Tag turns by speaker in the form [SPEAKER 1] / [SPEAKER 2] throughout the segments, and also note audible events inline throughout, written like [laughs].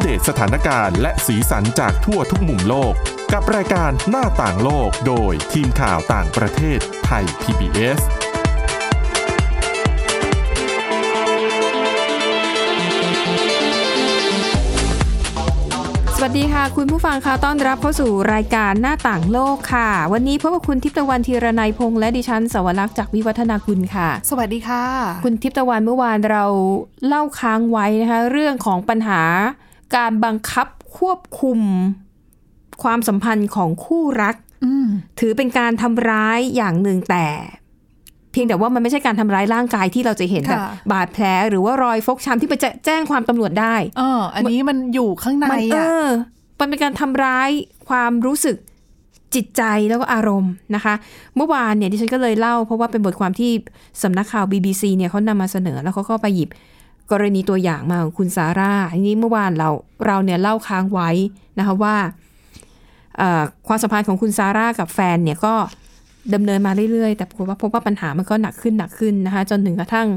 [SPEAKER 1] เดตสถานการณ์และสีสันจากทั่วทุกมุมโลก กับรายการหน้าต่างโลกโดยทีมข่าวต่างประเทศไทย PBS
[SPEAKER 2] สวัสดีค่ะ คุณผู้ฟังค่ะต้อนรับเข้าสู่รายการหน้าต่างโลกค่ะ วันนี้พบกับคุณทิพย์ตะวันธีรนัยพงษ์และดิฉันสวรักษ์จากวิวัฒนาคุณค่ะ
[SPEAKER 3] สวัสดีค่ะ
[SPEAKER 2] คุณทิพย์ตะวันเมื่อวานเราเล่าค้างไว้นะคะ เรื่องของปัญหาการบังคับควบคุมความสัมพันธ์ของคู่รัก
[SPEAKER 3] อืม
[SPEAKER 2] ถือเป็นการทำร้ายอย่างหนึ่งแต่ เพียงแต่ว่ามันไม่ใช่การทำร้ายร่างกายที่เราจะเห็น
[SPEAKER 3] ค่ะ
[SPEAKER 2] แบบบาดแผลหรือว่ารอยฟกช้ำที่ไปแจแจ้งความตำรวจได้
[SPEAKER 3] เออ อันนี้มันอยู่ข้างใน
[SPEAKER 2] มันเอ
[SPEAKER 3] อ่ะ
[SPEAKER 2] อ มันเป็นการทำร้ายความรู้สึกจิตใจแล้วก็อารมณ์นะคะ เมื่อวานเนี่ยดิฉันก็เลยเล่า เพราะว่าเป็นบทความที่สำนักข่าว BBC เนี่ยเขานำมาเสนอ แล้วเขาก็ไปหยิบกรณีตัวอย่างมาของคุณซาร่าอันนี้เมื่อวานเราเราเนี่ยเล่าค้างไว้นะคะว่าเอ่อความสัมพันธ์ของคุณซาร่ากับแฟนเนี่ยก็ดำเนินมาเรื่อยๆ แต่ปรากฏว่าพบว่าปัญหามันก็หนักขึ้นหนักขึ้นนะคะจนถึงกระทั่ง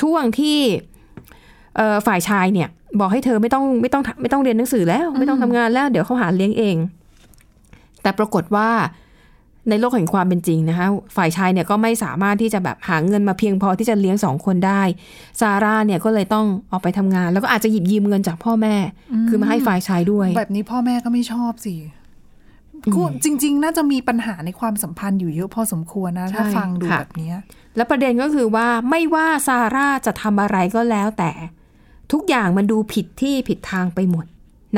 [SPEAKER 2] ช่วงที่ เอ่อฝ่ายชายเนี่ย บอกให้เธอไม่ต้องไม่ต้องไม่ต้องเรียนหนังสือแล้ว ไม่ต้องทำงานแล้ว เดี๋ยวเขาหาเลี้ยงเอง แต่ปรากฏว่าในโลกแห่งความเป็นจริงนะคะฝ่ายชายเนี่ยก็ไม่สามารถที่จะแบบหาเงินมาเพียงพอที่จะเลี้ยงสองคนได้ซาร่าเนี่ยก็เลยต้องออกไปทำงาน แล้วก็อาจจะหยิบยืมเงินจากพ่อแม่ คือมาให้ฝ่ายชายด้วย
[SPEAKER 3] แบบนี้พ่อแม่ก็ไม่ชอบสิคู่จริง ๆ น่าจะมีปัญหาในความสัมพันธ์อยู่เยอะพอสมควรนะ ถ้า
[SPEAKER 2] ใช่
[SPEAKER 3] ฟังดู
[SPEAKER 2] ค่ะ
[SPEAKER 3] แบบเนี้ย
[SPEAKER 2] และประเด็นก็คือว่าไม่ว่าซาร่าจะทำอะไรก็แล้วแต่ ทุกอย่างมันดูผิดที่ผิดทางไปหมด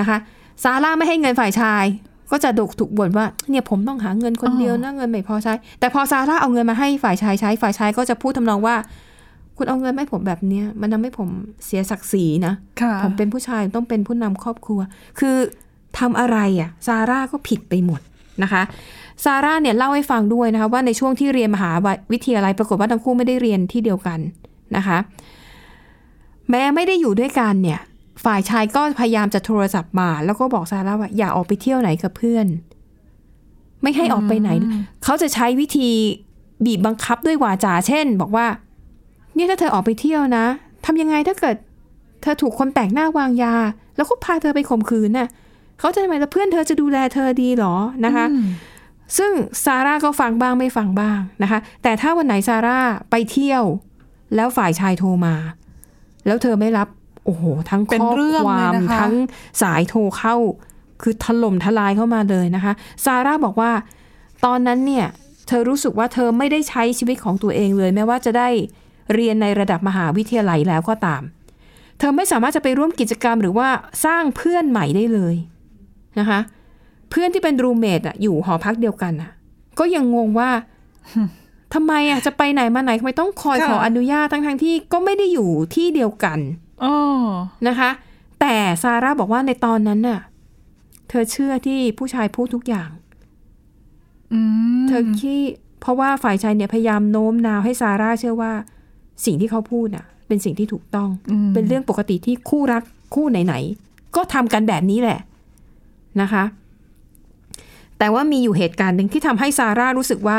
[SPEAKER 2] นะคะซาร่าไม่ให้เงินฝ่ายชาย ก็จะดุกถูกบ่นว่าเนี่ยผมต้องหาเงินคนเดียวนะเงินไม่พอใช้ แต่พอซาร่าเอาเงินมาให้ฝ่ายชายใช้ ฝ่ายชายก็จะพูดทำนองว่า คุณเอาเงินมาให้ผมแบบเนี้ยมันทำให้ผมเสียศักดิ์ศรีนะ
[SPEAKER 3] ค่ะ
[SPEAKER 2] ผมเป็นผู้ชายต้องเป็นผู้นำครอบครัว คือทำอะไรอ่ะซาร่าก็ผิดไปหมดนะคะซาร่าเนี่ยเล่าให้ฟังด้วยนะคะว่าในช่วงที่เรียนมหาวิทยาลัยปรากฏว่าทั้งคู่ไม่ได้เรียนที่เดียวกันนะคะ แม้ไม่ได้อยู่ด้วยกันเนี่ย ฝ่ายชายก็พยายามจะโทรศัพท์มา แล้วก็บอกซาร่าว่าอย่าออกไปเที่ยวไหนกับเพื่อน ไม่ให้ออกไปไหน เขาจะใช้วิธีบีบบังคับด้วยวาจา เช่น บอกว่า เนี่ยถ้าเธอออกไปเที่ยวนะทำยังไงถ้าเกิด เธอถูกคนแปลกหน้าวางยา แล้วก็พาเธอไปข่มขืนน่ะเขาจะทำไมแล้วเพื่อนเธอจะดูแลเธอดีหรอนะคะ
[SPEAKER 3] อืม
[SPEAKER 2] ซึ่งซาร่าก็ฟังบ้างไม่ฟังบ้างนะคะ แต่ถ้าวันไหนซาร่าไปเที่ยว แล้วฝ่ายชายโทรมา แล้วเธอไม่รับ โอ้โห ทั้ง
[SPEAKER 3] เป็น
[SPEAKER 2] ข้อ
[SPEAKER 3] เรื่อง
[SPEAKER 2] ค
[SPEAKER 3] เลยว
[SPEAKER 2] าม
[SPEAKER 3] นะคะ
[SPEAKER 2] ทั้งสายโทรเข้า คือถล่มทลายเข้ามาเลยนะคะซาร่าบอกว่าตอนนั้นเนี่ย เธอรู้สึกว่าเธอไม่ได้ใช้ชีวิตของตัวเองเลย แม้ว่าจะได้เรียนในระดับมหาวิทยาลัยแล้วก็ตาม เธอไม่สามารถจะไปร่วมกิจกรรมหรือว่าสร้างเพื่อนใหม่ได้เลยนะคะ เพื่อนที่เป็นรูเมทอะอยู่หอพักเดียวกันอะก็ยังงงว่า [laughs] ทำไมอะจะไปไหนมาไหนทำไมต้องคอย
[SPEAKER 3] ค่ะ
[SPEAKER 2] ขออนุญาตทั้งทงๆที่ก็ไม่ได้อยู่ที่เดียวกัน
[SPEAKER 3] อ๋อ
[SPEAKER 2] นะคะ แต่ซาร่าบอกว่าในตอนนั้นน่ะ เธอเชื่อที่ผู้ชายพูดทุกอย่าง
[SPEAKER 3] อืม
[SPEAKER 2] เธอที่เพราะว่าฝ่ายชายเนี่ยพยายามโน้มน้าวให้ซาร่าเชื่อว่า สิ่งที่เขาพูดน่ะ เป็นสิ่งที่ถูกต้อง
[SPEAKER 3] ม
[SPEAKER 2] เป็นเรื่องปกติที่คู่รักคู่ไหนๆก็ทำกันแบบนี้แหละนะคะ แต่ว่ามีอยู่เหตุการณ์หนึ่งที่ทำให้ซาร่ารู้สึกว่า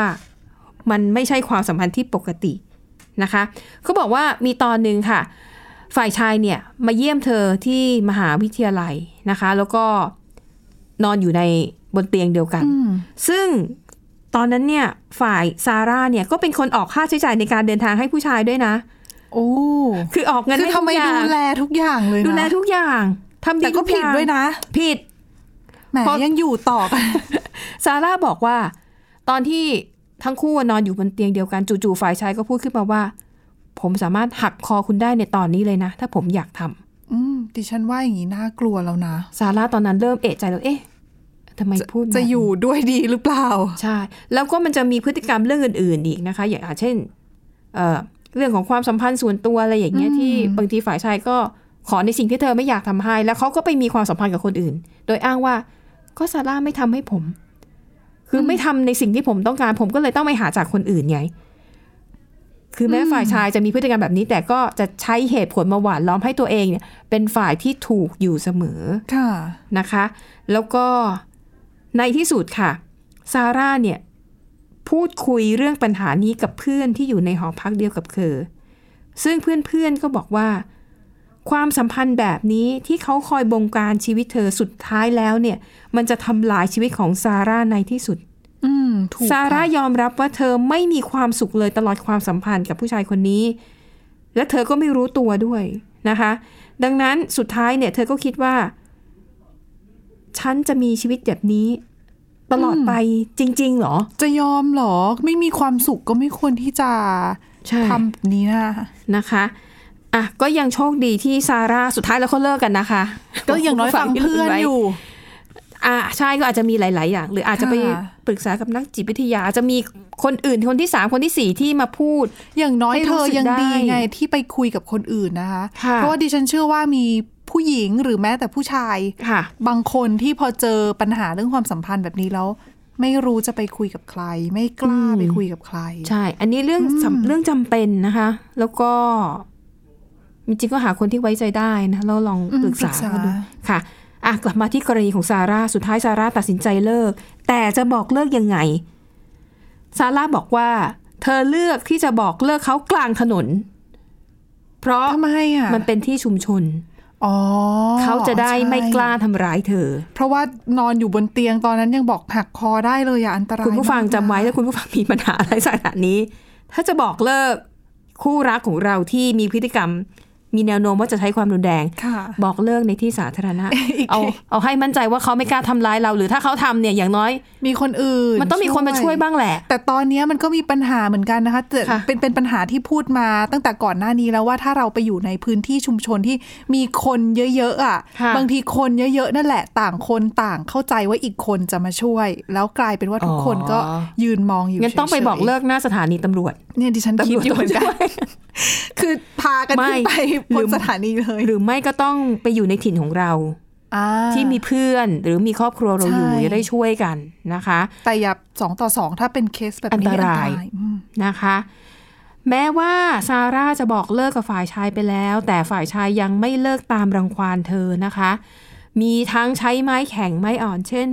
[SPEAKER 2] มันไม่ใช่ความสัมพันธ์ที่ปกตินะคะเขาบอกว่ามีตอนหนึ่งค่ะ ฝ่ายชายเนี่ยมาเยี่ยมเธอที่มหาวิทยาลัยนะคะ แล้วก็นอนอยู่ในบนเตียงเดียวกัน
[SPEAKER 3] อืม
[SPEAKER 2] ซึ่งตอนนั้นเนี่ยฝ่ายซาร่าเนี่ยก็เป็นคนออกค่าใช้จ่ายในการเดินทางให้ผู้ชายด้วยนะ
[SPEAKER 3] โอ้
[SPEAKER 2] คือออกเงิน
[SPEAKER 3] คือ
[SPEAKER 2] ให้
[SPEAKER 3] ทำไม
[SPEAKER 2] ทุกอย่า
[SPEAKER 3] ดู
[SPEAKER 2] ง
[SPEAKER 3] แลทุกอย่างเลยนะ
[SPEAKER 2] ดูแลทุกอย่างทำดี
[SPEAKER 3] แต่ก็
[SPEAKER 2] ทุอ
[SPEAKER 3] ผิด
[SPEAKER 2] ย่าง
[SPEAKER 3] ด้วยนะ
[SPEAKER 2] ผิด
[SPEAKER 3] แหม
[SPEAKER 2] เพราะ
[SPEAKER 3] ยังอยู่ต่อกัน
[SPEAKER 2] [laughs] ซาร่าบอกว่า ตอนที่ทั้งคู่นอนอยู่บนเตียงเดียวกันจู่ๆฝ่ายชายก็พูดขึ้นมาว่า ผมสามารถหักคอคุณได้ในตอนนี้เลยนะ ถ้าผมอยากทำ
[SPEAKER 3] อืมดิฉันว่าอย่างนี้น่ากลัวแล้วนะ
[SPEAKER 2] ซาร่าตอนนั้นเริ่มเอะใจแล้วเอ๊ะทำไมพูดแบบ
[SPEAKER 3] จะ
[SPEAKER 2] นี้
[SPEAKER 3] อยู่ด้วยดีหรือเปล่า
[SPEAKER 2] ใช่ แล้วก็มันจะมีพฤติกรรมเรื่องอื่น ๆ อีกนะคะ อย่างอาเช่นเอ่อเรื่องของความสัมพันธ์ส่วนตัวอะไรอย่างเงี้ย
[SPEAKER 3] อืม
[SPEAKER 2] ที่บางทีฝ่ายชายก็ขอในสิ่งที่เธอไม่อยากทำให้ แล้วเขาก็ไปมีความสัมพันธ์กับคนอื่น โดยอ้างว่าก็ซาร่าไม่ทำให้ผม คือไม่ทำในสิ่งที่ผมต้องการ ผมก็เลยต้องไปหาจากคนอื่นไง คือแม้ฝ่ายชายจะมีพฤติกรรมแบบนี้ แต่ก็จะใช้เหตุผลมาหว่านล้อมให้ตัวเองเนี่ย เป็นฝ่ายที่ถูกอยู่เสมอ
[SPEAKER 3] ค่ะ
[SPEAKER 2] นะคะ แล้วก็ในที่สุดค่ะ ซาร่าเนี่ย พูดคุยเรื่องปัญหานี้กับเพื่อนที่อยู่ในหอพักเดียวกับเธอ ซึ่งเพื่อนๆก็บอกว่า ความสัมพันธ์แบบนี้ที่เขาคอยบงการชีวิตเธอสุดท้ายแล้วเนี่ย มันจะทำลายชีวิตของซาร่าในที่สุด
[SPEAKER 3] อืมถูก
[SPEAKER 2] ซาร่า
[SPEAKER 3] ค่ะ
[SPEAKER 2] ยอมรับว่าเธอไม่มีความสุขเลยตลอดความสัมพันธ์กับผู้ชายคนนี้ และเธอก็ไม่รู้ตัวด้วยนะคะ ดังนั้นสุดท้ายเนี่ย เธอก็คิดว่า ฉันจะมีชีวิตแบบนี้ ตลอดไปจริง ๆ เหรอ
[SPEAKER 3] จะยอมเหรอ ไม่มีความสุขก็ไม่ควรที่จะ
[SPEAKER 2] ใช่
[SPEAKER 3] ทำแบบนี้นะ
[SPEAKER 2] นะคะอ่ะก็ยังโชคดีที่ซาร่าสุดท้ายแล้วเขาเลิกกันนะคะ
[SPEAKER 3] ก็อย่างน้อยฟังเพื่อนอยู่
[SPEAKER 2] อ่ะใช่ก็อาจจะมีหลาย ๆ อย่าง หรืออาจจะไป
[SPEAKER 3] ค่ะ
[SPEAKER 2] ปรึกษากับนักจิตวิทยาอาจจะมีคนอื่นคนที่สามคนที่สี่ที่มาพูด
[SPEAKER 3] อย่างน้อย
[SPEAKER 2] ให้รู้
[SPEAKER 3] เธอ
[SPEAKER 2] สึก
[SPEAKER 3] ยังดี
[SPEAKER 2] ได้
[SPEAKER 3] ไงที่ไปคุยกับคนอื่นนะคะ
[SPEAKER 2] ค่ะ
[SPEAKER 3] เพราะว่าดิฉันเชื่อว่ามีผู้หญิงหรือแม้แต่ผู้ชาย
[SPEAKER 2] ค่ะ
[SPEAKER 3] บางคนที่พอเจอปัญหาเรื่องความสัมพันธ์แบบนี้แล้ว ไม่รู้จะไปคุยกับใคร ไม่กล้า
[SPEAKER 2] อืม
[SPEAKER 3] ไปคุยกับใคร
[SPEAKER 2] ใช่ อันนี้เรื่องสำเรื่องจำเป็นนะคะ แล้วก็จริงๆก็หาคนที่ไว้ใจได้นะแล้วลอง
[SPEAKER 3] อืม
[SPEAKER 2] ปรึกษา
[SPEAKER 3] ปรึกษา
[SPEAKER 2] เขาดูค่ะอ่ะ กลับมาที่กรณีของซาร่า สุดท้ายซาร่าตัดสินใจเลิก แต่จะบอกเลิกยังไง ซาร่าบอกว่า เธอเลือกที่จะบอกเลิกเขากลางถนน เพราะ
[SPEAKER 3] ทำไมอ่ะ
[SPEAKER 2] มันเป็นที่ชุมชน
[SPEAKER 3] อ๋อ
[SPEAKER 2] เขาจะได้ไม่
[SPEAKER 3] ใช่
[SPEAKER 2] กล้าทำร้ายเธอ
[SPEAKER 3] เพราะว่านอนอยู่บนเตียงตอนนั้นยังบอกหักคอได้เลยอ่ะอันตราย
[SPEAKER 2] คุณผู้ฟัง
[SPEAKER 3] มากนะ
[SPEAKER 2] จำไว้ถ้าคุณผู้ฟังมีปัญหาอะไรสถานี้ ถ้าจะบอกเลิกคู่รักของเราที่มีพฤติกรรม มีแนวโน้มว่าจะใช้ความรุนแรง
[SPEAKER 3] ค่ะ
[SPEAKER 2] บอกเลิกในที่สาธาร
[SPEAKER 3] [laughs]
[SPEAKER 2] ณะ
[SPEAKER 3] อีก
[SPEAKER 2] เอาเอาให้มั่นใจว่าเขาไม่กล้าทำร้ายเรา หรือถ้าเขาทำเนี่ยอย่างน้อย
[SPEAKER 3] มีคนอื่น
[SPEAKER 2] มันต้องมีคนมาช่วยบ้างแหละ
[SPEAKER 3] แต่ตอนเนี้ยมันก็มีปัญหาเหมือนกันนะคะแต่
[SPEAKER 2] ค่ะ
[SPEAKER 3] เป็นเป็นปัญหาที่พูดมาตั้งแต่ก่อนหน้านี้แล้วว่าถ้าเราไปอยู่ในพื้นที่ชุมชนที่มีคนเยอะๆอ่ะ
[SPEAKER 2] ค่ะ
[SPEAKER 3] บางทีคนเยอะๆนั่นแหละต่างคนต่างเข้าใจว่าอีกคนจะมาช่วย แล้วกลายเป็นว่าทุกคนก็ยืนมองอยู่
[SPEAKER 2] งั้นต้องไป
[SPEAKER 3] ฉยๆ
[SPEAKER 2] บอกเลิกหน้าสถานีตำรวจ
[SPEAKER 3] เนี่ยดิฉัน
[SPEAKER 2] ตำ
[SPEAKER 3] คิ
[SPEAKER 2] ร
[SPEAKER 3] ด
[SPEAKER 2] วจ
[SPEAKER 3] อยู่เหมือนกัน
[SPEAKER 2] ช่วย [laughs]
[SPEAKER 3] คือพากันขึ้นไป
[SPEAKER 2] ไม่
[SPEAKER 3] บ
[SPEAKER 2] หรื
[SPEAKER 3] น
[SPEAKER 2] อ
[SPEAKER 3] สถานีเลย
[SPEAKER 2] หรือไม่ก็ต้องไปอยู่ในถิ่นของเรา
[SPEAKER 3] า
[SPEAKER 2] ที่มีเพื่อนหรือมีครอบครัวเราอยู่จะได้ช่วยกันนะคะ
[SPEAKER 3] แต่อย่าสองต่อสองถ้าเป็นเคสแบบนี้
[SPEAKER 2] อันตราย
[SPEAKER 3] อืม
[SPEAKER 2] นะคะ แม้ว่าซาร่าจะบอกเลิกกับฝ่ายชายไปแล้ว แต่ฝ่ายชายยังไม่เลิกตามรังควานเธอนะคะ มีทั้งใช้ไม้แข็งไม้อ่อน เช่น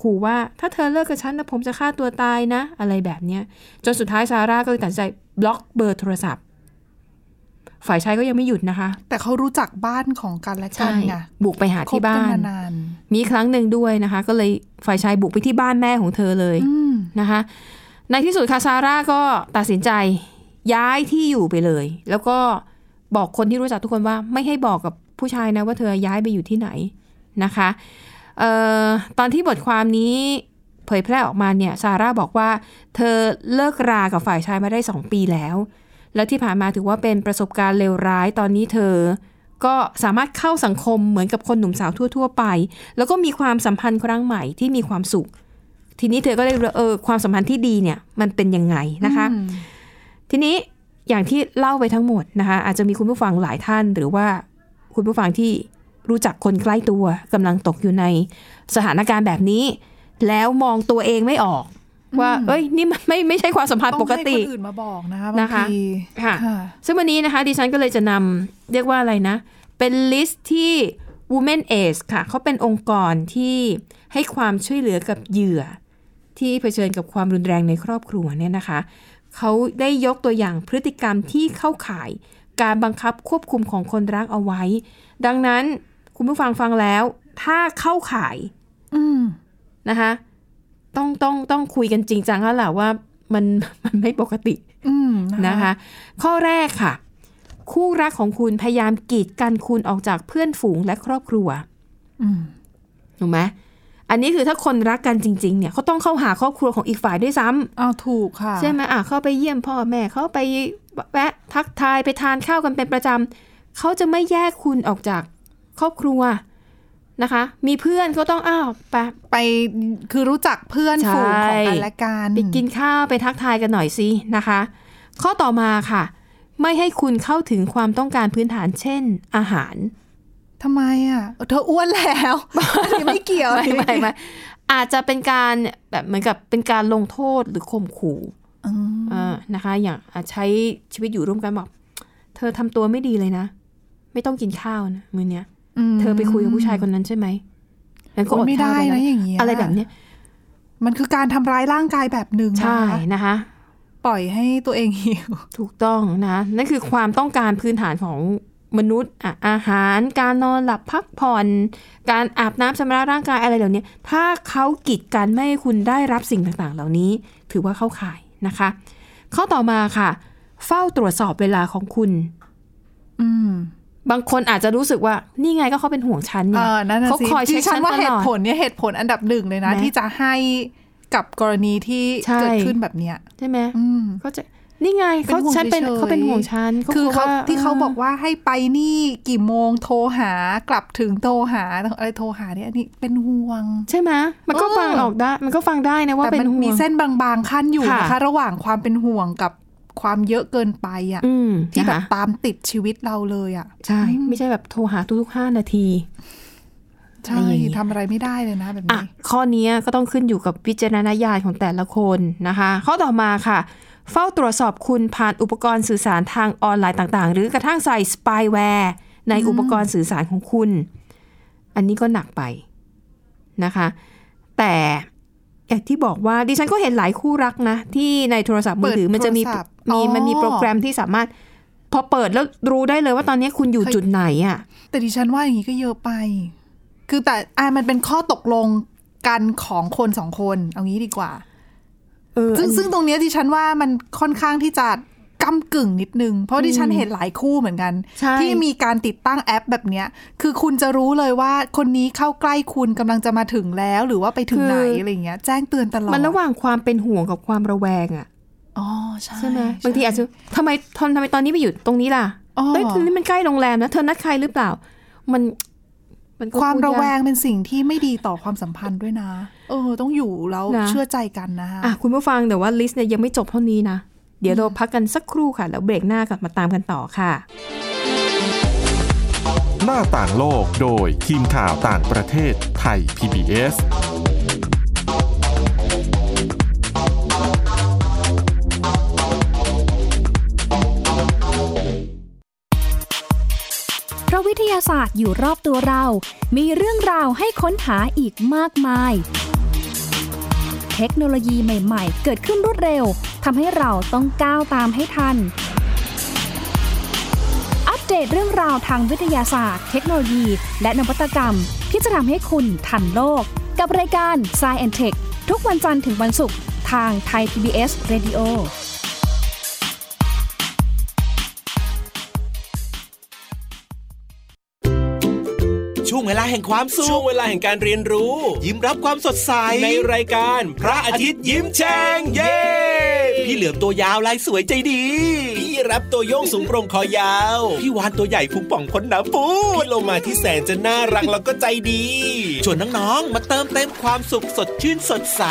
[SPEAKER 2] ขู่ว่าถ้าเธอเลิกกับฉันนะผมจะฆ่าตัวตายนะ อะไรแบบเนี้ย จนสุดท้ายซาร่าก็เลยตัดสินใจบล็อกเบอร์โทรศัพท์ ฝ่ายชายก็ยังไม่หยุดนะคะ
[SPEAKER 3] แต่เขารู้จักบ้านของกันและกันไง
[SPEAKER 2] บุกไปหาที่บ้า
[SPEAKER 3] คบกัน นมานาน
[SPEAKER 2] มีครั้งหนึ่งด้วยนะคะ ก็เลยฝ่ายชายบุกไปที่บ้านแม่ของเธอเลย
[SPEAKER 3] อืม
[SPEAKER 2] นะคะ ในที่สุดคาซาร่าก็ตัดสินใจย้ายที่อยู่ไปเลย แล้วก็บอกคนที่รู้จักทุกคนว่าไม่ให้บอกกับผู้ชายนะว่าเธอย้ายไปอยู่ที่ไหนนะคะเอ่อตอนที่บทความนี้เผยแพร่ออกมาเนี่ยซาร่าบอกว่าเธอเลิกรากับฝ่ายชายมาได้ 2 ปีแล้ว แล้วที่ผ่านมาถือว่าเป็นประสบการณ์เลวร้ายตอนนี้เธอ ก็สามารถเข้าสังคมเหมือนกับคนหนุ่มสาวทั่ว ๆ ไป แล้วก็มีความสัมพันธ์ครั้งใหม่ที่มีความสุข ทีนี้เธอก็เลยรู้ว่าเออความสัมพันธ์ที่ดีเนี่ยมันเป็นยังไงนะคะ
[SPEAKER 3] อืม
[SPEAKER 2] ทีนี้อย่างที่เล่าไปทั้งหมดนะคะ อาจจะมีคุณผู้ฟังหลายท่าน หรือว่าคุณผู้ฟังที่รู้จักคนใกล้ตัวกำลังตกอยู่ในสถานการณ์แบบนี้ แล้วมองตัวเองไม่ออก ว่า เอ้ยนี่มันไม่ไม่ใช่ความสัมพันธ์ปกติ
[SPEAKER 3] องให้คนอื่นมาบอกนะคะบาง
[SPEAKER 2] นะคะ
[SPEAKER 3] ที
[SPEAKER 2] ค่ะ ซึ่งวันนี้นะคะดิฉันก็เลยจะนำเรียกว่าอะไรนะ เป็นลิสต์ที่ Women Aid ค่ะเขาเป็นองค์กรที่ให้ความช่วยเหลือกับเหยื่อ ที่เผชิญกับความรุนแรงในครอบครัวเนี่ยนะคะ เขาได้ยกตัวอย่างพฤติกรรมที่เข้าข่ายการบังคับควบคุมของคนรักเอาไว้ ดังนั้นคุณผู้ฟังฟังแล้ว ถ้าเข้าข่าย
[SPEAKER 3] อืม
[SPEAKER 2] นะคะต้องต้องต้องคุยกันจริงจังแล้วแหละว่ามัน [laughs] มันไม่ปกติ
[SPEAKER 3] อืม
[SPEAKER 2] นะคะข้อแรกค่ะ คู่รักของคุณพยายามกีดกันคุณออกจากเพื่อนฝูงและครอบครัว
[SPEAKER 3] อืม
[SPEAKER 2] ถูกไหมอันนี้คือถ้าคนรักกันจริงๆเนี่ยเขาต้องเข้าหาครอบครัวของอีกฝ่ายด้วยซ้ำ
[SPEAKER 3] เอาถูกค่ะ
[SPEAKER 2] ใช่ไหมอ่ะเข้าไปเยี่ยมพ่อแม่เขาไปแวะทักทายไปทานข้าวกันเป็นประจำเขาจะไม่แยกคุณออกจากครอบครัวนะคะ มีเพื่อนก็ต้องอ้าวไป
[SPEAKER 3] ไปคือรู้จักเพื่อน
[SPEAKER 2] ใช่
[SPEAKER 3] ฝูงของกันและกัน
[SPEAKER 2] ไปกินข้าวไปทักทายกันหน่อยสินะคะ ข้อต่อมาค่ะ ไม่ให้คุณเข้าถึงความต้องการพื้นฐานเช่น อาหาร
[SPEAKER 3] ทำไมอ่ะเธออ้วน
[SPEAKER 2] [laughs]
[SPEAKER 3] แล้วอันนี้ไม่เกี่ยว
[SPEAKER 2] ไม่ไม่ไม่อาจจะเป็นการแบบเหมือนกับเป็นการลงโทษหรือข่มขู่
[SPEAKER 3] อืม
[SPEAKER 2] อ่านะคะ อย่างอาจใช้ชีวิตอยู่ร่วมกันบอกเธอทำตัวไม่ดีเลยนะ ไม่ต้องกินข้าวนะมื้อเนี้ยเธอไปคุยกับผู้ชายคนนั้นใช่ไหมงั้นก็อด
[SPEAKER 3] ไม่
[SPEAKER 2] ข้า
[SPEAKER 3] ได้
[SPEAKER 2] ว
[SPEAKER 3] นะ
[SPEAKER 2] นะ
[SPEAKER 3] อย่างเงี้ย
[SPEAKER 2] อะไรแบบเนี้ย
[SPEAKER 3] มันคือการทำร้ายร่างกายแบบหนึ่งนะ
[SPEAKER 2] ใช่
[SPEAKER 3] คะ
[SPEAKER 2] นะคะ
[SPEAKER 3] ปล่อยให้ตัวเองหิว
[SPEAKER 2] ถูกต้องนะนั่นคือความต้องการพื้นฐานของ มนุษย์อ่ะอาหาร การนอนหลับพักผ่อน การอาบน้ำชำระร่างกายอะไรเหล่านี้ถ้าเขากีดกันไม่ให้คุณได้รับสิ่งต่างๆ เหล่านี้ ถือว่าเข้าข่ายนะคะ ข้อต่อมาค่ะ เฝ้าตรวจสอบเวลาของคุณ
[SPEAKER 3] อืม
[SPEAKER 2] บางคนอาจจะรู้สึกว่านี่ไงก็เขาเป็นห่วงฉัน
[SPEAKER 3] เอ
[SPEAKER 2] ไง
[SPEAKER 3] อนั่นน่ะ
[SPEAKER 2] เขา
[SPEAKER 3] สิ
[SPEAKER 2] คอยเช็
[SPEAKER 3] ดิ
[SPEAKER 2] ค
[SPEAKER 3] ฉั
[SPEAKER 2] ฉั
[SPEAKER 3] น
[SPEAKER 2] น
[SPEAKER 3] ว่า
[SPEAKER 2] ตล
[SPEAKER 3] เห
[SPEAKER 2] อ
[SPEAKER 3] ตุ
[SPEAKER 2] ด
[SPEAKER 3] ผลเนี่ยเหตุผลอันดับหนึ่งเลยนะ
[SPEAKER 2] นะ
[SPEAKER 3] ที่จะให้กับกรณีที่
[SPEAKER 2] ใช่
[SPEAKER 3] เกิดขึ้นแบบเนี้ย
[SPEAKER 2] ใช่ไหม
[SPEAKER 3] อืม
[SPEAKER 2] ก็จะนี่ไงเขา
[SPEAKER 3] เป็นห่วง
[SPEAKER 2] ฉันเป็น
[SPEAKER 3] เฉยๆ
[SPEAKER 2] เขาเป็นห่วงฉัน
[SPEAKER 3] คือเขา
[SPEAKER 2] ลัวว่
[SPEAKER 3] ที่เขาบอกว่าให้ไปนี่กี่โมงโทรหากลับถึงโทรหาอะไรโทรหาเนี่ยอันนี้เป็นห่วง
[SPEAKER 2] ใช่ไหมมันก็
[SPEAKER 3] เออ
[SPEAKER 2] ฟังออกได้ มันก็ฟังได้นะว่า
[SPEAKER 3] แต่
[SPEAKER 2] เป็
[SPEAKER 3] มัน น
[SPEAKER 2] ห่วง
[SPEAKER 3] มีเส้นบางๆขั้นอยู่นะคะ
[SPEAKER 2] ค่ะ
[SPEAKER 3] ระหว่างความเป็นห่วงกับความเยอะเกินไปอ่ะ
[SPEAKER 2] อืม
[SPEAKER 3] ที่แบบ
[SPEAKER 2] นะคะ
[SPEAKER 3] ตามติดชีวิตเราเลยอ่ะ
[SPEAKER 2] ใช่ ไม่ใช่แบบโทรหาทุกๆห้านาที
[SPEAKER 3] ใช่
[SPEAKER 2] อะไรอย่างงี้
[SPEAKER 3] ทำอะไรไม่ได้เลยนะแบบ
[SPEAKER 2] อ่ะ
[SPEAKER 3] นี้
[SPEAKER 2] ข้อเนี้ยก็ต้องขึ้นอยู่กับวิจารณญาณของแต่ละคนนะคะ ข้อต่อมาค่ะ เฝ้าตรวจสอบคุณผ่านอุปกรณ์สื่อสารทางออนไลน์ต่าง ๆ หรือกระทั่งใส่สปายแวร์ในอุปกรณ์สื่อสารของคุณ อันนี้ก็หนักไปนะคะ แต่อย่างที่บอกว่าดิฉันก็เห็นหลายคู่รักนะ ที่ในโทรศัพท์มือถือมันจะมี
[SPEAKER 3] เปิดโทรศัพท์
[SPEAKER 2] มี
[SPEAKER 3] อ๋อ
[SPEAKER 2] มันมีโปรแกรมที่สามารถ พอเปิดแล้วรู้ได้เลยว่าตอนนี้คุณอยู่จุดไหนอ่ะ
[SPEAKER 3] แต่ดิฉันว่าอย่างนี้ก็เยอะไป คือแต่อ่ะมันเป็นข้อตกลงกันของคนสองคนเอางี้ดีกว่า
[SPEAKER 2] เออ
[SPEAKER 3] ซึ่
[SPEAKER 2] อั
[SPEAKER 3] ง
[SPEAKER 2] นนี้
[SPEAKER 3] ซึ่งตรงเนี้ยดิฉันว่ามันค่อนข้างที่จะก้ากึ่งนิดนึง เพราะดิฉันเห็นหลายคู่เหมือนกัน
[SPEAKER 2] ใช่
[SPEAKER 3] ที่มีการติดตั้งแอปแบบเนี้ย คือคุณจะรู้เลยว่าคนนี้เข้าใกล้คุณกำลังจะมาถึงแล้ว หรือว่าไปถึงไหนอะไรอย่างเงี้ย แจ้งเตือนตลอด
[SPEAKER 2] มันระหว่างความเป็นห่วงกับความระแวงอ่ะ
[SPEAKER 3] อ๋อใช่
[SPEAKER 2] ใช่ไหม
[SPEAKER 3] ใช่
[SPEAKER 2] บางทีอาจจะทำไมทนทำไมตอนนี้ไปอยู่ตรงนี้ล่ะ
[SPEAKER 3] อ๋อ
[SPEAKER 2] เฮ้ยตรงนี้มันใกล้โรงแรมนะเธอนัดใครหรือเปล่า มัน มันก็
[SPEAKER 3] ความ
[SPEAKER 2] พูดยก
[SPEAKER 3] ระแวงเป็นสิ่งที่ไม่ดีต่อความสัมพันธ์ด้วยนะ เออ ต้องอยู่แล้ว
[SPEAKER 2] นะ
[SPEAKER 3] เชื่อใจกันนะคะ
[SPEAKER 2] อ่ะคุณผู้ฟังแต่ว่าลิสต์เนี่ยยังไม่จบเท่านี้นะ เดี๋ยวเราพักกันสักครู่ค่ะ แล้วเบรกหน้ากลับมาตามกันต่อค่ะ
[SPEAKER 1] หน้าต่างโลกโดยทีมข่าวต่างประเทศไทย PBS
[SPEAKER 4] เพราะวิทยาศาสตร์อยู่รอบตัวเรา มีเรื่องราวให้ค้นหาอีกมากมาย เทคโนโลยีใหม่ ๆ เกิดขึ้นรวดเร็ว ทำให้เราต้องก้าวตามให้ทัน อัปเดตเรื่องราวทางวิทยาศาสตร์ เทคโนโลยี และนวัตกรรม ที่จะทำให้คุณทันโลก กับรายการ s c i e n t e c h ทุกวันจันทร์ถึงวันศุกร์ทางไทย PBS Radio
[SPEAKER 5] ช่วงเวลาแห่งความสุ
[SPEAKER 6] ช่ว
[SPEAKER 5] ข
[SPEAKER 6] งเวลาแห่งการเรียนรู้
[SPEAKER 5] ยิ้มรับความสดใส
[SPEAKER 6] ในรายการพระอาทิตย์ยิ้มแฉ่งเย้
[SPEAKER 5] พี่เหลือมตัวยาวลายสวยใจดี
[SPEAKER 6] พี่รับตัวโยงสูงโปร่งคอยาว
[SPEAKER 5] พี่วานตัวใหญ่พุงป่องพ้นน้ำปู
[SPEAKER 6] พี่โลมาที่แสนจะน่ารักแล้วก็ใจดี
[SPEAKER 5] ชวนน้องๆมาเติมเต็มความสุขสดชื่นสดใส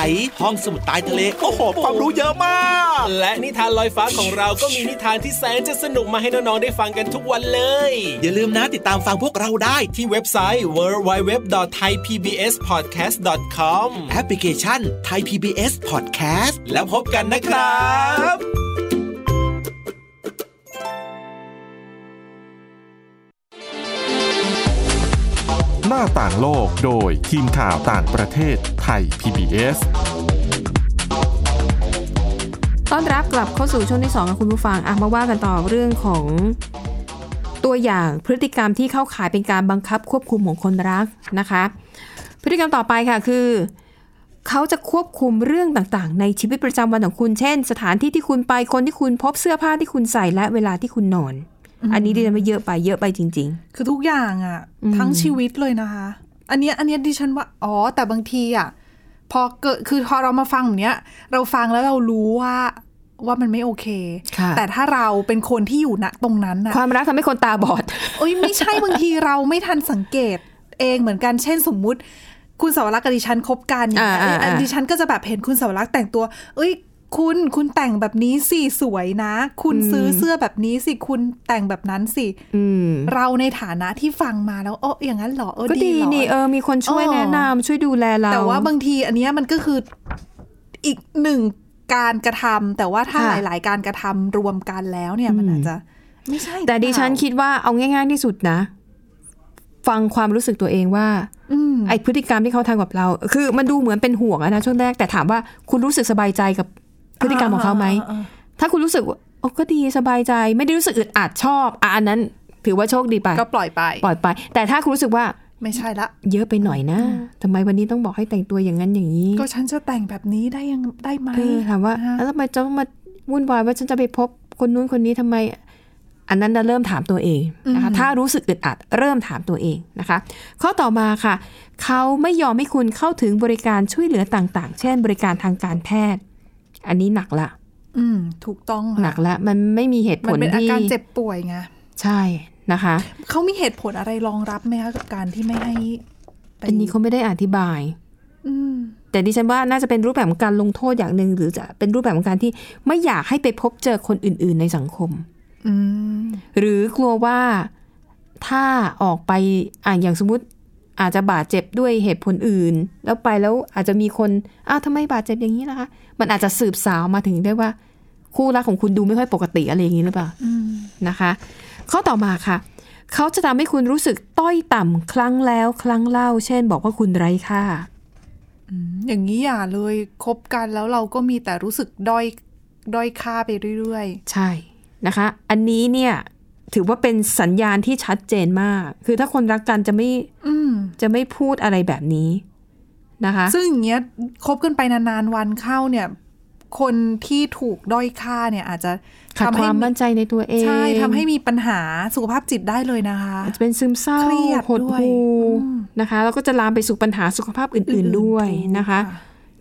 [SPEAKER 5] ห้องสมุดใต้ทะเลโอ้โหความรู้เยอะมาก
[SPEAKER 6] และนิทานลอยฟ้าของเราก็มีนิทานที่แสนจะสนุกมาให้น้องๆได้ฟังกันทุกวันเลย
[SPEAKER 5] อย่าลืมนะติดตามฟังพวกเราได้
[SPEAKER 6] ที่เว็บไซต์ www.thaipbspodcast.com
[SPEAKER 5] แอปพลิเคชันไทย PBS Podcast
[SPEAKER 6] แล้วพบกันนะครับ
[SPEAKER 1] หน้าต่างโลกโดยทีมข่าวต่างประเทศไทย PBS
[SPEAKER 2] ต้อนรับกลับเข้าสู่ช่วงที่2กับคุณผู้ฟังอ่ะมาว่ากันต่อเรื่องของตัวอย่างพฤติกรรมที่เข้าข่ายเป็นการบังคับควบคุมของคนรักนะคะ พฤติกรรมต่อไปค่ะคือ เขาจะควบคุมเรื่องต่างๆ ในชีวิตประจำวันของคุณ เช่น สถานที่ที่คุณไปคนที่คุณพบเสื้อผ้าที่คุณใส่และเวลาที่คุณนอน อันนี้ดิฉันว่าเยอะไปเยอะไปจริง
[SPEAKER 3] คือทุกอย่างอะ่ะ ทั้งชีวิตเลยนะคะ อันเนี้ยอันเนี้ยดิฉันว่า อ๋อ แต่บางทีอะ่ะ พอเกิดคือพอเรามาฟังแบบเนี้ย เราฟังแล้วเรารู้ว่าว่ามันไม่โอเค
[SPEAKER 2] ค่ะ
[SPEAKER 3] แต่ถ้าเราเป็นคนที่อยู่ณตรงนั้น
[SPEAKER 2] ๆ
[SPEAKER 3] น่ะ
[SPEAKER 2] ความรักทำให้คนตาบอด
[SPEAKER 3] โอ้ยไม่ใช่ บางทีเราไม่ทันสังเกตเองเหมือนกันเช่นสมมุติ คุณสาวรักษณ์กับดิฉันคบกันอย่างเงี้ย
[SPEAKER 2] อ่าอ่าอ่า
[SPEAKER 3] เอ้ยอันดิฉันก็จะแบบเห็นคุณสาวรักษณ์แต่งตัว เอ้ย คุณคุณแต่งแบบนี้สิสวยนะ คุณซื้อเสื้อแบบนี้สิคุณแต่งแบบนั้นสิ
[SPEAKER 2] ม
[SPEAKER 3] เราในฐานะที่ฟังมาแล้วเอออย่างนั้นเหรอเออ
[SPEAKER 2] ก็
[SPEAKER 3] ดี
[SPEAKER 2] ดี
[SPEAKER 3] เหรอ
[SPEAKER 2] นี่เออมีคนช่วย
[SPEAKER 3] อ๋อ
[SPEAKER 2] แนะนำช่วยดูแลเรา
[SPEAKER 3] แต่ว่าบางทีอันเนี้ยมันก็คืออีกหนึ่งการกระทำแต่ว่าถ้าห
[SPEAKER 2] ค่ะ
[SPEAKER 3] ลาย ๆ การกระทำรวมกันแล้วเนี่ยมัน
[SPEAKER 2] อืม
[SPEAKER 3] อาจจะไม่ใช่
[SPEAKER 2] แต่ดิฉันคิดว่าเอาง่าย ๆที่สุดนะ ฟังความรู้สึกตัวเองว่า
[SPEAKER 3] อืม
[SPEAKER 2] ไอพฤติกรรมที่เขาทำกับเรา คือมันดูเหมือนเป็นห่วงอะนะช่วงแรกแต่ถามว่าคุณรู้สึกสบายใจกับพฤติกรรมของเขาไหม ถ้าคุณรู้สึกว่าโอ้ก็ดีสบายใจ ไม่ได้รู้สึกอึดอัดชอบอ่ะอันนั้น ถือว่าโชคดีไป
[SPEAKER 3] ก็ปล่อยไป
[SPEAKER 2] ปล่อยไป แต่ถ้าคุณรู้สึกว่า
[SPEAKER 3] ไม่ใช่ละ
[SPEAKER 2] เยอะไปหน่อยนะทำไมวันนี้ต้องบอกให้แต่งตัวอย่างนั้นอย่างนี้
[SPEAKER 3] ก็ฉันจะแต่งแบบนี้ได้ยังได้ไหม
[SPEAKER 2] เออถามว่า
[SPEAKER 3] นะ
[SPEAKER 2] แล้วทำไมจะต้องมาวุ่นวายว่าฉันจะไปพบคนนู้นคนนี้ทำไม อันนั้นนะเริ่มถามตัวเองนะคะถ้ารู้สึกอึดอัดเริ่มถามตัวเองนะคะ ข้อต่อมาค่ะ เขาไม่ยอมให้คุณเข้าถึงบริการช่วยเหลือต่างๆ เช่น บริการทางการแพทย์ อันนี้หนักละ
[SPEAKER 3] อืม ถูกต้องค่ะ
[SPEAKER 2] หนักละมันไม่มีเหตุผ
[SPEAKER 3] มัน
[SPEAKER 2] ล
[SPEAKER 3] เป็นอา
[SPEAKER 2] ที่
[SPEAKER 3] การเจ็บป่วยไง
[SPEAKER 2] ใช่นะคะ
[SPEAKER 3] เขามีเหตุผลอะไรรองรับไหมคะกับการที่ไม่ให้ไป
[SPEAKER 2] อันนี้เขาไม่ได้อธิบาย
[SPEAKER 3] อืม
[SPEAKER 2] แต่ดิฉันว่าน่าจะเป็นรูปแบบของการลงโทษอย่างหนึ่งหรือจะเป็นรูปแบบของการที่ไม่อยากให้ไปพบเจอคนอื่น ๆ ในสังคม
[SPEAKER 3] อืม
[SPEAKER 2] หรือกลัวว่าถ้าออกไปอ่ะอย่างสมมติอาจจะบาดเจ็บด้วยเหตุผลอื่น แล้วไปแล้วอาจจะมีคนอ้าวทำไมบาดเจ็บอย่างนี้ล่ะคะมันอาจจะสืบสาวมาถึงได้ว่า คู่รักของคุณดูไม่ค่อยปกติอะไรอย่างนี้หรือเปล่านะคะ ข้อต่อมาค่ะ เขาจะทำให้คุณรู้สึกต้อยต่ำครั้งแล้วครั้งเล่า เช่น บอกว่าคุณไร้ค่า
[SPEAKER 3] อย่างนี้อย่าเลยคบกันแล้วเราก็มีแต่รู้สึกด้อยด้อยค่าไปเรื่อย
[SPEAKER 2] ใช่นะคะ อันนี้เนี่ยถือว่าเป็นสัญญาณที่ชัดเจนมาก คือถ้าคนรักกันจะไม่
[SPEAKER 3] ๆ อืม
[SPEAKER 2] จะไม่พูดอะไรแบบนี้นะคะ
[SPEAKER 3] ซึ่งอย่างเงี้ยคบกันไปนานๆวันเข้าเนี่ย คนที่ถูกด้อยค่าเนี่ยอาจจะ
[SPEAKER 2] ขาดค
[SPEAKER 3] ทำให้
[SPEAKER 2] วามมั่นใจในตัวเอง
[SPEAKER 3] ใช่ทำให้มีปัญหาสุขภาพจิตได้เลยนะคะ
[SPEAKER 2] อาจจะเป็นซึมเศร้า
[SPEAKER 3] เครียด
[SPEAKER 2] หด
[SPEAKER 3] ด้วย
[SPEAKER 2] หู่
[SPEAKER 3] อืม
[SPEAKER 2] นะคะ แล้วก็จะลามไปสู่ปัญหาสุขภาพอื่น ๆด้วยนะคะ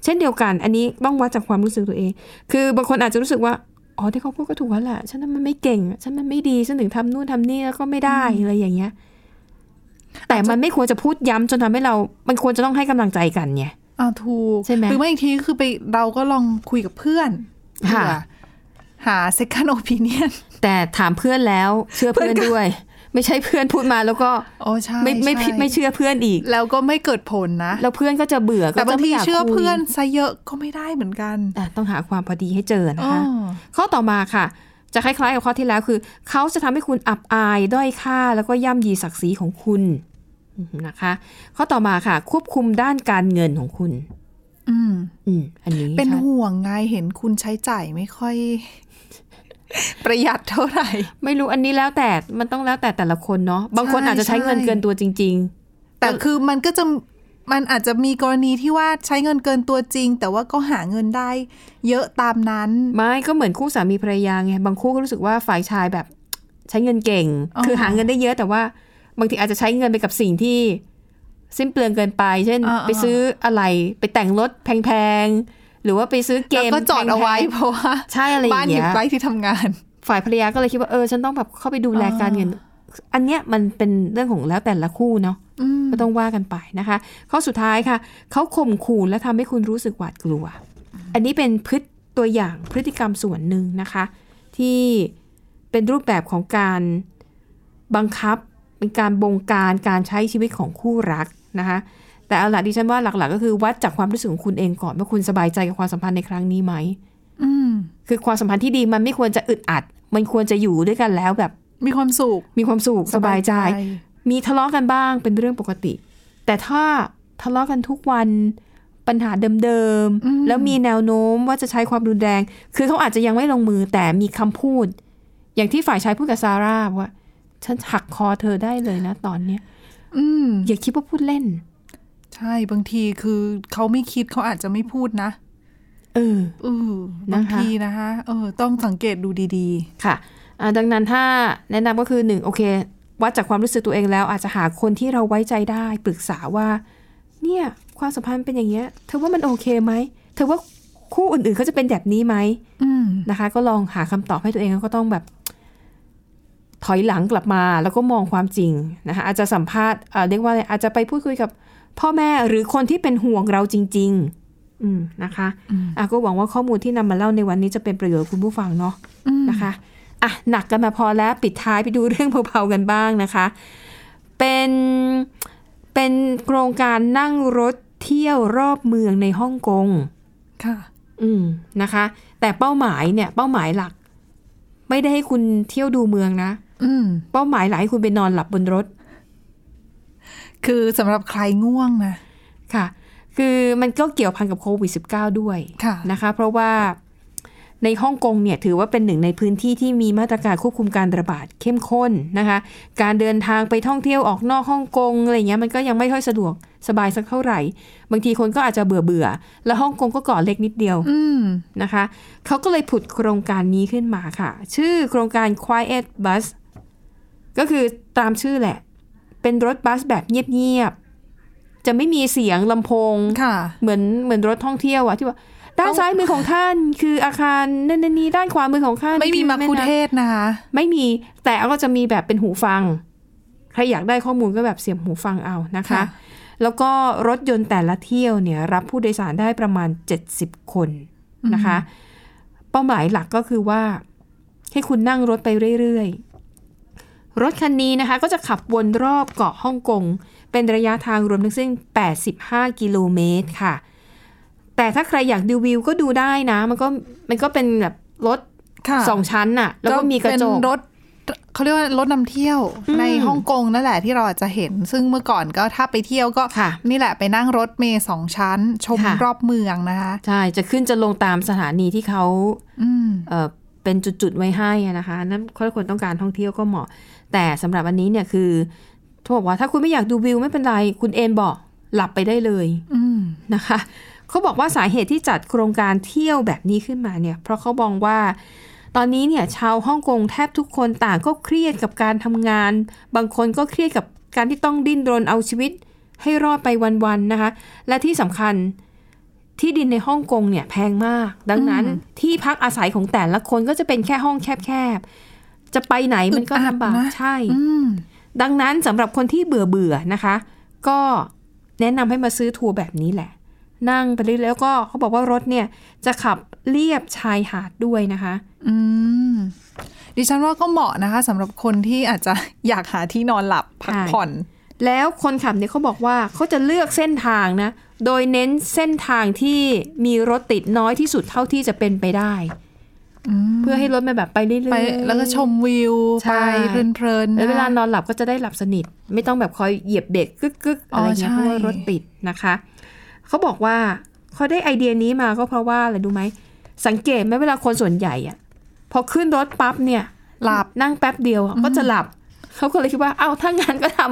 [SPEAKER 2] เช่นเดียวกัน อันนี้ต้องวัดจากความรู้สึกตัวเอง คือบางคนอาจจะรู้สึกว่า อ๋อที่เขาพูดก็ถูกแล้วแหละ ฉันนั้นมันไม่เก่ง ฉันมันไม่ดี ฉันถึงทำนู่นทำนี่แล้วก็ไม่ได้อะไรอย่างเงี้ย แต่มันไม่ควรจะพูดย้ำจนทำให้เรา มันควรจะต้องให้กำลังใจกันไง
[SPEAKER 3] อ่าถูก
[SPEAKER 2] ใช่ไหม
[SPEAKER 3] รือไม่อีกทีก็คือไปเราก็ลองคุยกับเพื่อน
[SPEAKER 2] ค่ะ
[SPEAKER 3] เผื่อหา second opinion
[SPEAKER 2] แต่ถามเพื่อนแล้ว เชื่อเพื่อนด้วย ไม่ใช่เพื่อนพูดมาแล้วก็
[SPEAKER 3] โอ้ใช่
[SPEAKER 2] ไม่ไม่
[SPEAKER 3] ใช่
[SPEAKER 2] ผิดไม่เชื่อเพื่อนอีก
[SPEAKER 3] แล้วก็ไม่เกิดผลนะ
[SPEAKER 2] แล้วเพื่อนก็จะเบื่อก็
[SPEAKER 3] แต่
[SPEAKER 2] จะ
[SPEAKER 3] บาง
[SPEAKER 2] ไม่
[SPEAKER 3] ที
[SPEAKER 2] ยก
[SPEAKER 3] เชื่อ
[SPEAKER 2] คุย
[SPEAKER 3] เพื่อนซะเยอะก็ไม่ได้เหมือนกัน
[SPEAKER 2] อ่ะต้องหาความพอดีให้เจอนะ
[SPEAKER 3] อ๋อ
[SPEAKER 2] คะ ข้อต่อมาค่ะ จะคล้ายๆกับข้อที่แล้วคือ เขาจะทำให้คุณอับอายด้อยค่า แล้วก็ย่ำยีศักดิ์ศรีของคุณนะคะ ข้อต่อมาค่ะ ควบคุมด้านการเงินของคุณ
[SPEAKER 3] อืม
[SPEAKER 2] อืมอันนี้
[SPEAKER 3] เป็น
[SPEAKER 2] ค่ะ
[SPEAKER 3] ห่วงไงเห็นคุณใช้จ่ายไม่ค่อย ประหยัดเท่าไหร่
[SPEAKER 2] ไม่รู้อันนี้แล้วแต่มันต้องแล้วแต่แต่ละคนเนาะบางคน
[SPEAKER 3] ใช่
[SPEAKER 2] อาจจะใช้
[SPEAKER 3] ใช่
[SPEAKER 2] เงินเกินตัวจริง
[SPEAKER 3] แต่คือมันก็จะมันอาจจะมีกรณีที่ว่าใช้เงินเกินตัวจริง แต่ว่าก็หาเงินได้ เยอะตามนั้น
[SPEAKER 2] ๆ ไม่ก็เหมือนคู่สามีภรรยาไงบางคู่ก็รู้สึกว่าฝ่ายชายแบบใช้เงินเก่ง
[SPEAKER 3] อ๋อ
[SPEAKER 2] คือหาเงินได้เยอะแต่ว่าบางทีอาจจะใช้เงินไปกับสิ่งที่สิ้นเปลืองเกินไป เช่น
[SPEAKER 3] อ่าๆ
[SPEAKER 2] ไปซื้ออะไรไปแต่งรถแพงๆหรือว่าไปซื้อเก
[SPEAKER 3] แล้ว
[SPEAKER 2] ม
[SPEAKER 3] ก็จอดเอาไว้เพราะว่า
[SPEAKER 2] ใช่อะไรอย่า
[SPEAKER 3] บ้าน
[SPEAKER 2] ง
[SPEAKER 3] อ
[SPEAKER 2] เงี้
[SPEAKER 3] ยู่
[SPEAKER 2] ย
[SPEAKER 3] ใกล้ที่ทำงาน
[SPEAKER 2] ฝ่ายภรรยาก็เลยคิดว่าเออฉันต้องแบบเข้าไปดูแลการเงิน อันเนี้ยมันเป็นเรื่องของแล้วแต่ละคู่เนาะ
[SPEAKER 3] อืม
[SPEAKER 2] ก็ต้องว่ากันไปนะคะ ข้อสุดท้ายค่ะ เขาข่มขู่และทำให้คุณรู้สึกหวาดกลัว อันนี้เป็นพฤติตัวอย่างพฤติกรรมส่วนหนึ่งนะคะ ที่เป็นรูปแบบของการบังคับ เป็นการบงการการใช้ชีวิตของคู่รักนะคะ แต่เอาละดิฉันว่าหลักๆ ก็คือวัดจากความรู้สึกของคุณเองก่อนว่าคุณสบายใจกับความสัมพันธ์ในครั้งนี้ไหม
[SPEAKER 3] อืม
[SPEAKER 2] คือความสัมพันธ์ที่ดีมันไม่ควรจะอึดอัด มันควรจะอยู่ด้วยกันแล้วแบบ
[SPEAKER 3] มีความสุข
[SPEAKER 2] มีความสุขสบายใจ มีทะเลาะกันบ้างเป็นเรื่องปกติ แต่ถ้าทะเลาะกันทุกวันปัญหาเดิมๆ แล้วมีแนวโน้มว่าจะใช้ความรุนแรง คือเขาอาจจะยังไม่ลงมือแต่มีคำพูด อย่างที่ฝ่ายชายพูดกับซาร่าว่า ฉันหักคอเธอได้เลยนะตอนเนี้ย
[SPEAKER 3] อืม
[SPEAKER 2] อย่าคิดว่าพูดเล่น
[SPEAKER 3] ใช่บางทีคือเขาไม่คิดเขาอาจจะไม่พูดนะ
[SPEAKER 2] เออ
[SPEAKER 3] เออ
[SPEAKER 2] นะคะ
[SPEAKER 3] บางทีนะคะเออ ต้องสังเกตดูดี
[SPEAKER 2] ค่ะอ่าดังนั้นถ้าแนะนำก็คือหนึ่งโอเค วัดจากความรู้สึกตัวเองแล้ว อาจจะหาคนที่เราไว้ใจได้ปรึกษาว่า เนี่ยความสัมพันธ์เป็นอย่างเงี้ยเธอว่ามันโอเคไหมเธอว่าคู่อื่นๆเขาจะเป็นแบบนี้ไหม
[SPEAKER 3] ๆ อืม
[SPEAKER 2] นะคะก็ลองหาคำตอบให้ตัวเองแล้วก็ต้องแบบ ถอยหลังกลับมาแล้วก็มองความจริงนะคะอาจจะสัมภาษณ์เอ่อเรียกว่าอะไรอาจจะไปพูดคุยกับพ่อแม่หรือคนที่เป็นห่วงเราจริง ๆ อืมนะคะอ่ะก็หวังว่าข้อมูลที่นำมาเล่าในวันนี้จะเป็นประโยชน์กับคุณผู้ฟังเนาะนะคะอ่ะหนักกันมาพอแล้วปิดท้ายไปดูเรื่องเบาๆกันบ้างนะคะ เป็นเป็นโครงการนั่งรถเที่ยวรอบเมืองในฮ่องกง
[SPEAKER 3] ค่ะ
[SPEAKER 2] อืมนะคะ แต่เป้าหมายเนี่ย เป้าหมายหลัก ไม่ได้ให้คุณเที่ยวดูเมืองนะ
[SPEAKER 3] อืม
[SPEAKER 2] เป้าหมายหลักให้คุณไปนอนหลับบนรถ
[SPEAKER 3] คือสำหรับใครง่วงนะ
[SPEAKER 2] ค่ะ คือมันก็เกี่ยวพันกับโควิด -19 ด้วย
[SPEAKER 3] ค่ะ
[SPEAKER 2] นะคะ เพราะว่า ในฮ่องกงเนี่ยถือว่าเป็นหนึ่งในพื้นที่ที่มีมาตรการควบคุมการระบาดเข้มข้นนะคะ การเดินทางไปท่องเที่ยวออกนอกฮ่องกงอะไรเงี้ยมันก็ยังไม่ค่อยสะดวกสบายสักเท่าไหร่ บางทีคนก็อาจจะเบื่อเบื่อๆแล้วฮ่องกงก็เก่อเล็กนิดเดียว
[SPEAKER 3] อืม
[SPEAKER 2] นะคะเขาก็เลยผุดโครงการนี้ขึ้นมาค่ะ ชื่อโครงการ Quiet Bus ก็คือตามชื่อแหละ เป็นรถบัสแบบเงียบๆ จะไม่มีเสียงลำโพง
[SPEAKER 3] ค่ะ
[SPEAKER 2] เหมือนเหมือนรถท่องเที่ยวอะที่ว่า ด้านซ้ายมือของท่านคืออาคารนั่นนนนี่ด้านขวามือของท่าน
[SPEAKER 3] ไม่มี
[SPEAKER 2] คือ
[SPEAKER 3] มาคุเท
[SPEAKER 2] แน้
[SPEAKER 3] ศนะคะ
[SPEAKER 2] ำไม่มีแต่ก็จะมีแบบเป็นหูฟัง ใครอยากได้ข้อมูลก็แบบเสียบหูฟังเอานะคะ
[SPEAKER 3] ค่ะ
[SPEAKER 2] แล้วก็รถยนต์แต่ละเที่ยวเนี่ยรับผู้โดยสารได้ประมาณ 70 คนนะคะ เป้าหมายหลักก็คือว่า ให้คุณนั่งรถไปเรื่อยๆ รถคันนี้นะคะก็จะขับวนรอบเกาะฮ่องกง เป็นระยะทางรวมทั้งสิ้น 85 กิโลเมตรค่ะ แต่ถ้าใครอยากดูวิวก็ดูได้นะ มันก็มันก็เป็นแบบรถ
[SPEAKER 3] ค่ะ
[SPEAKER 2] สองชั้นน่ะ แล้วก็มีกระจ
[SPEAKER 3] เป็
[SPEAKER 2] ก
[SPEAKER 3] นรถเขาเรียกว่ารถนำเที่ยว
[SPEAKER 2] อืม
[SPEAKER 3] ในฮ่องกงนั่นแหละที่เราอาจจะเห็น ซึ่งเมื่อก่อนก็ถ้าไปเที่ยวก็
[SPEAKER 2] ค่ะ
[SPEAKER 3] นี่แหละไปนั่งรถเมย์สองชั้น ชม
[SPEAKER 2] ค่ะ
[SPEAKER 3] รอบเมืองนะคะ
[SPEAKER 2] ใช่ จะขึ้นจะลงตามสถานีที่เขา
[SPEAKER 3] อืม
[SPEAKER 2] เอ่อเป็นจุดๆไว้ให้อะนะคะนั่นคนคนต้องการท่องเที่ยวก็เหมาะ แต่สำหรับอันนี้เนี่ยคือเขาบอกว่าถ้าคุณไม่อยากดูวิวไม่เป็นไร คุณเอนบอกหลับไปได้เลย
[SPEAKER 3] อืม
[SPEAKER 2] นะคะเขาบอกว่าสาเหตุที่จัดโครงการเที่ยวแบบนี้ขึ้นมาเนี่ยเพราะเขามองว่า ตอนนี้เนี่ยชาวฮ่องกงแทบทุกคนต่างก็เครียดกับการทำงาน บางคนก็เครียดกับการที่ต้องดิ้นรนเอาชีวิตให้รอดไปวันๆนะคะ และที่สำคัญที่ดินในฮ่องกงเนี่ยแพงมาก ดังนั้นที่พักอาศัยของแต่ละคนก็จะเป็นแค่ห้องแคบๆ จะไปไหนมันก็ลำบาก
[SPEAKER 3] อึดอัดนะ
[SPEAKER 2] ใช่
[SPEAKER 3] อืม
[SPEAKER 2] ดังนั้นสำหรับคนที่เบื่อเบื่อๆนะคะ ก็แนะนำให้มาซื้อทัวร์แบบนี้แหละ นั่งไปเรื่อยๆแล้วก็เขาบอกว่ารถเนี่ยจะขับเลียบชายหาดด้วยนะคะ
[SPEAKER 3] อืม ดิฉันว่าก็เหมาะนะคะสำหรับคนที่อาจจะ อยากหาที่นอนหลับพัก
[SPEAKER 2] ใช่
[SPEAKER 3] ผ่อน
[SPEAKER 2] แล้วคนขับเนี่ยเขาบอกว่าเขาจะเลือกเส้นทางนะ โดยเน้นเส้นทางที่มีรถติดน้อยที่สุดเท่าที่จะเป็นไปได้ เพื่อให้รถมันแบบไปเรื่อยๆ
[SPEAKER 3] ไปแล้วก็ชมวิว
[SPEAKER 2] ใช่
[SPEAKER 3] ไปเพลินๆ
[SPEAKER 2] แล้วเวลา
[SPEAKER 3] นะ
[SPEAKER 2] นอนหลับก็จะได้หลับสนิท ไม่ต้องแบบคอยเหยียบเบรกกึกกึก
[SPEAKER 3] อ๋
[SPEAKER 2] อะ
[SPEAKER 3] อ
[SPEAKER 2] ไรเงี้ย
[SPEAKER 3] ใช่
[SPEAKER 2] เพราะว่ารถติดนะคะเขาบอกว่าเขาได้ไอเดียนี้มาก็เพราะว่าอะไรดูไหมสังเกตไหมเวลาคนส่วนใหญ่อะพอขึ้นรถปั๊บเนี่ย
[SPEAKER 3] หลับ
[SPEAKER 2] นั่งแป๊บเดียวอะก็จะหลับเขาก็เลยคิดว่าเอ้าถ้างั้นก็ทำ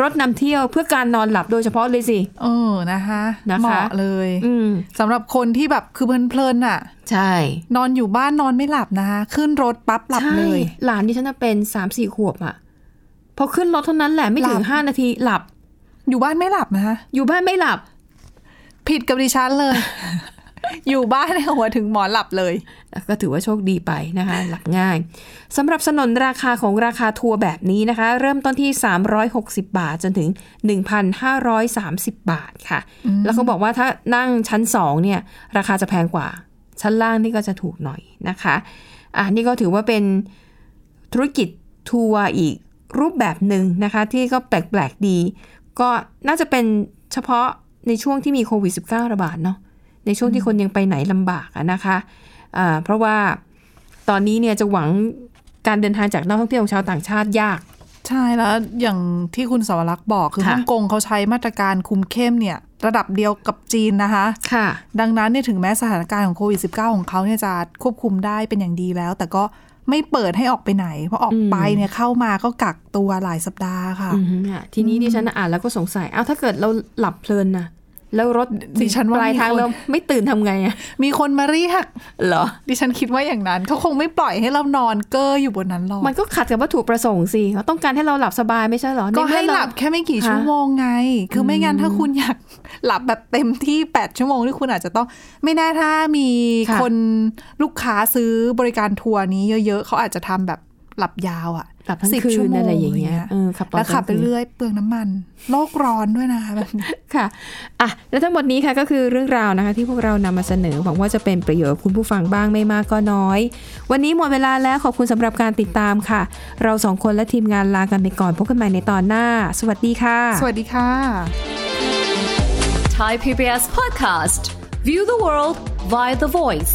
[SPEAKER 2] รถนำเที่ยวเพื่อการนอนหลับโดยเฉพาะเลยสิ
[SPEAKER 3] เออนะคะ
[SPEAKER 2] นะคะ
[SPEAKER 3] เหมาะเลย
[SPEAKER 2] อืม
[SPEAKER 3] สำหรับคนที่แบบคือเพลินๆน่ะ
[SPEAKER 2] ใช่
[SPEAKER 3] นอนอยู่บ้านนอนไม่หลับนะคะ ขึ้นรถปั๊บหลับเลย
[SPEAKER 2] ใช่หลานดิฉันน่ะเป็นสามสี่ขวบอะพอขึ้นรถเท่านั้นแหละไม่ถึง
[SPEAKER 3] หลับ
[SPEAKER 2] ห้านาทีหลับ
[SPEAKER 3] อยู่บ้านไม่หลับนะคะ
[SPEAKER 2] อยู่บ้านไม่หลับ
[SPEAKER 3] ผิดกับดิฉัน [laughs] เลย อยู่บ้านเนี่ยหัวถึงหมอนหลับเลย
[SPEAKER 2] ก็ถือว่าโชคดีไปนะคะ หลับง่ายสำหรับสนนราคาของราคาทัวร์แบบนี้นะคะ เริ่มต้นที่ 360 บาทจนถึง 1,530 บาทค่ะ แล้วเขาบอกว่าถ้านั่งชั้น 2 เนี่ย ราคาจะแพงกว่า ชั้นล่างนี่ก็จะถูกหน่อยนะคะอ่ะนี่ก็ถือว่าเป็นธุรกิจทัวร์อีกรูปแบบหนึ่งนะคะ ที่ก็แปลกๆดี ก็น่าจะเป็นเฉพาะในช่วงที่มีโควิด -19 ระบาดเนาะในช่วงที่คนยังไปไหนลำบากอะนะคะ อ่าเพราะว่าตอนนี้เนี่ยจะหวังการเดินทางจากนักท่องเที่ยวของชาวต่างชาติยาก
[SPEAKER 3] ใช่แล้วอย่างที่คุณสวรักษ์บอกคือ
[SPEAKER 2] ค่ะ
[SPEAKER 3] ฮ่องกงเขาใช้มาตรการคุมเข้มเนี่ย ระดับเดียวกับจีนนะคะ
[SPEAKER 2] ค่ะ
[SPEAKER 3] ดังนั้นเนี่ยถึงแม้สถานการณ์ของโควิด -19 ของเขาเนี่ยจะควบคุมได้เป็นอย่างดีแล้ว แต่ก็ไม่เปิดให้ออกไปไหน เพราะออกไปเนี่ยเข้ามาก็กักตัวหลายสัปดาห์ค่ะ
[SPEAKER 2] อืมอ่ะทีนี้ดิฉันอ่านแล้วก็สงสัย เอาถ้าเกิดเราหลับเพลินนะแล้วรถ
[SPEAKER 3] ดิฉันว่า
[SPEAKER 2] ปลายทาง
[SPEAKER 3] มีคน
[SPEAKER 2] เราไม่ตื่นทำไงอะ
[SPEAKER 3] มีคนมาเรียก
[SPEAKER 2] เหรอ
[SPEAKER 3] ดิฉันคิดว่าอย่างนั้นเขาคงไม่ปล่อยให้เรานอนเก้ออยู่บนนั้นหรอก
[SPEAKER 2] มันก็ขัดกับวัตถุประสงค์สิเขาต้องการให้เราหลับสบายไม่ใช่เหรอ
[SPEAKER 3] ก็
[SPEAKER 2] นเมื่อ
[SPEAKER 3] ให้
[SPEAKER 2] เรา
[SPEAKER 3] หลับแค่ไม่กี่
[SPEAKER 2] ค่ะ
[SPEAKER 3] ชั่วโมงไง คือไม่งั้นถ้าคุณอยากหลับแบบเต็มที่แปดชั่วโมงที่คุณอาจจะต้องไม่แน่ถ้ามีคนลูกค้าซื้อบริการทัวร์นี้เยอะๆเขาอาจจะทำแบบหลับยาวอะ
[SPEAKER 2] หลับทั้ง
[SPEAKER 3] สิบ
[SPEAKER 2] คื
[SPEAKER 3] ชั่วน โมง
[SPEAKER 2] อะไรอย่างเงี้ย
[SPEAKER 3] อ
[SPEAKER 2] เออขับตอน
[SPEAKER 3] แล้วขั
[SPEAKER 2] กลา
[SPEAKER 3] บ
[SPEAKER 2] ง
[SPEAKER 3] ไป
[SPEAKER 2] คืน
[SPEAKER 3] เรื่อยเปลืองน้ำมัน โลกร้อนด้วยนะคะแบบนี้
[SPEAKER 2] ค่ะ อ่ะ และทั้งหมดนี้ค่ะก็คือเรื่องราวนะคะที่พวกเรานำมาเสนอ หวังว่าจะเป็นประโยชน์กับคุณผู้ฟังบ้างไม่มากก็น้อย วันนี้หมดเวลาแล้วขอบคุณสำหรับการติดตามค่ะ เราสองคนและทีมงานลากันไปก่อนพบกันใหม่ในตอนหน้า สวัสดีค่ะ
[SPEAKER 3] สวัสดีค่ะ
[SPEAKER 7] Thai PBS podcast. View the world via the voice.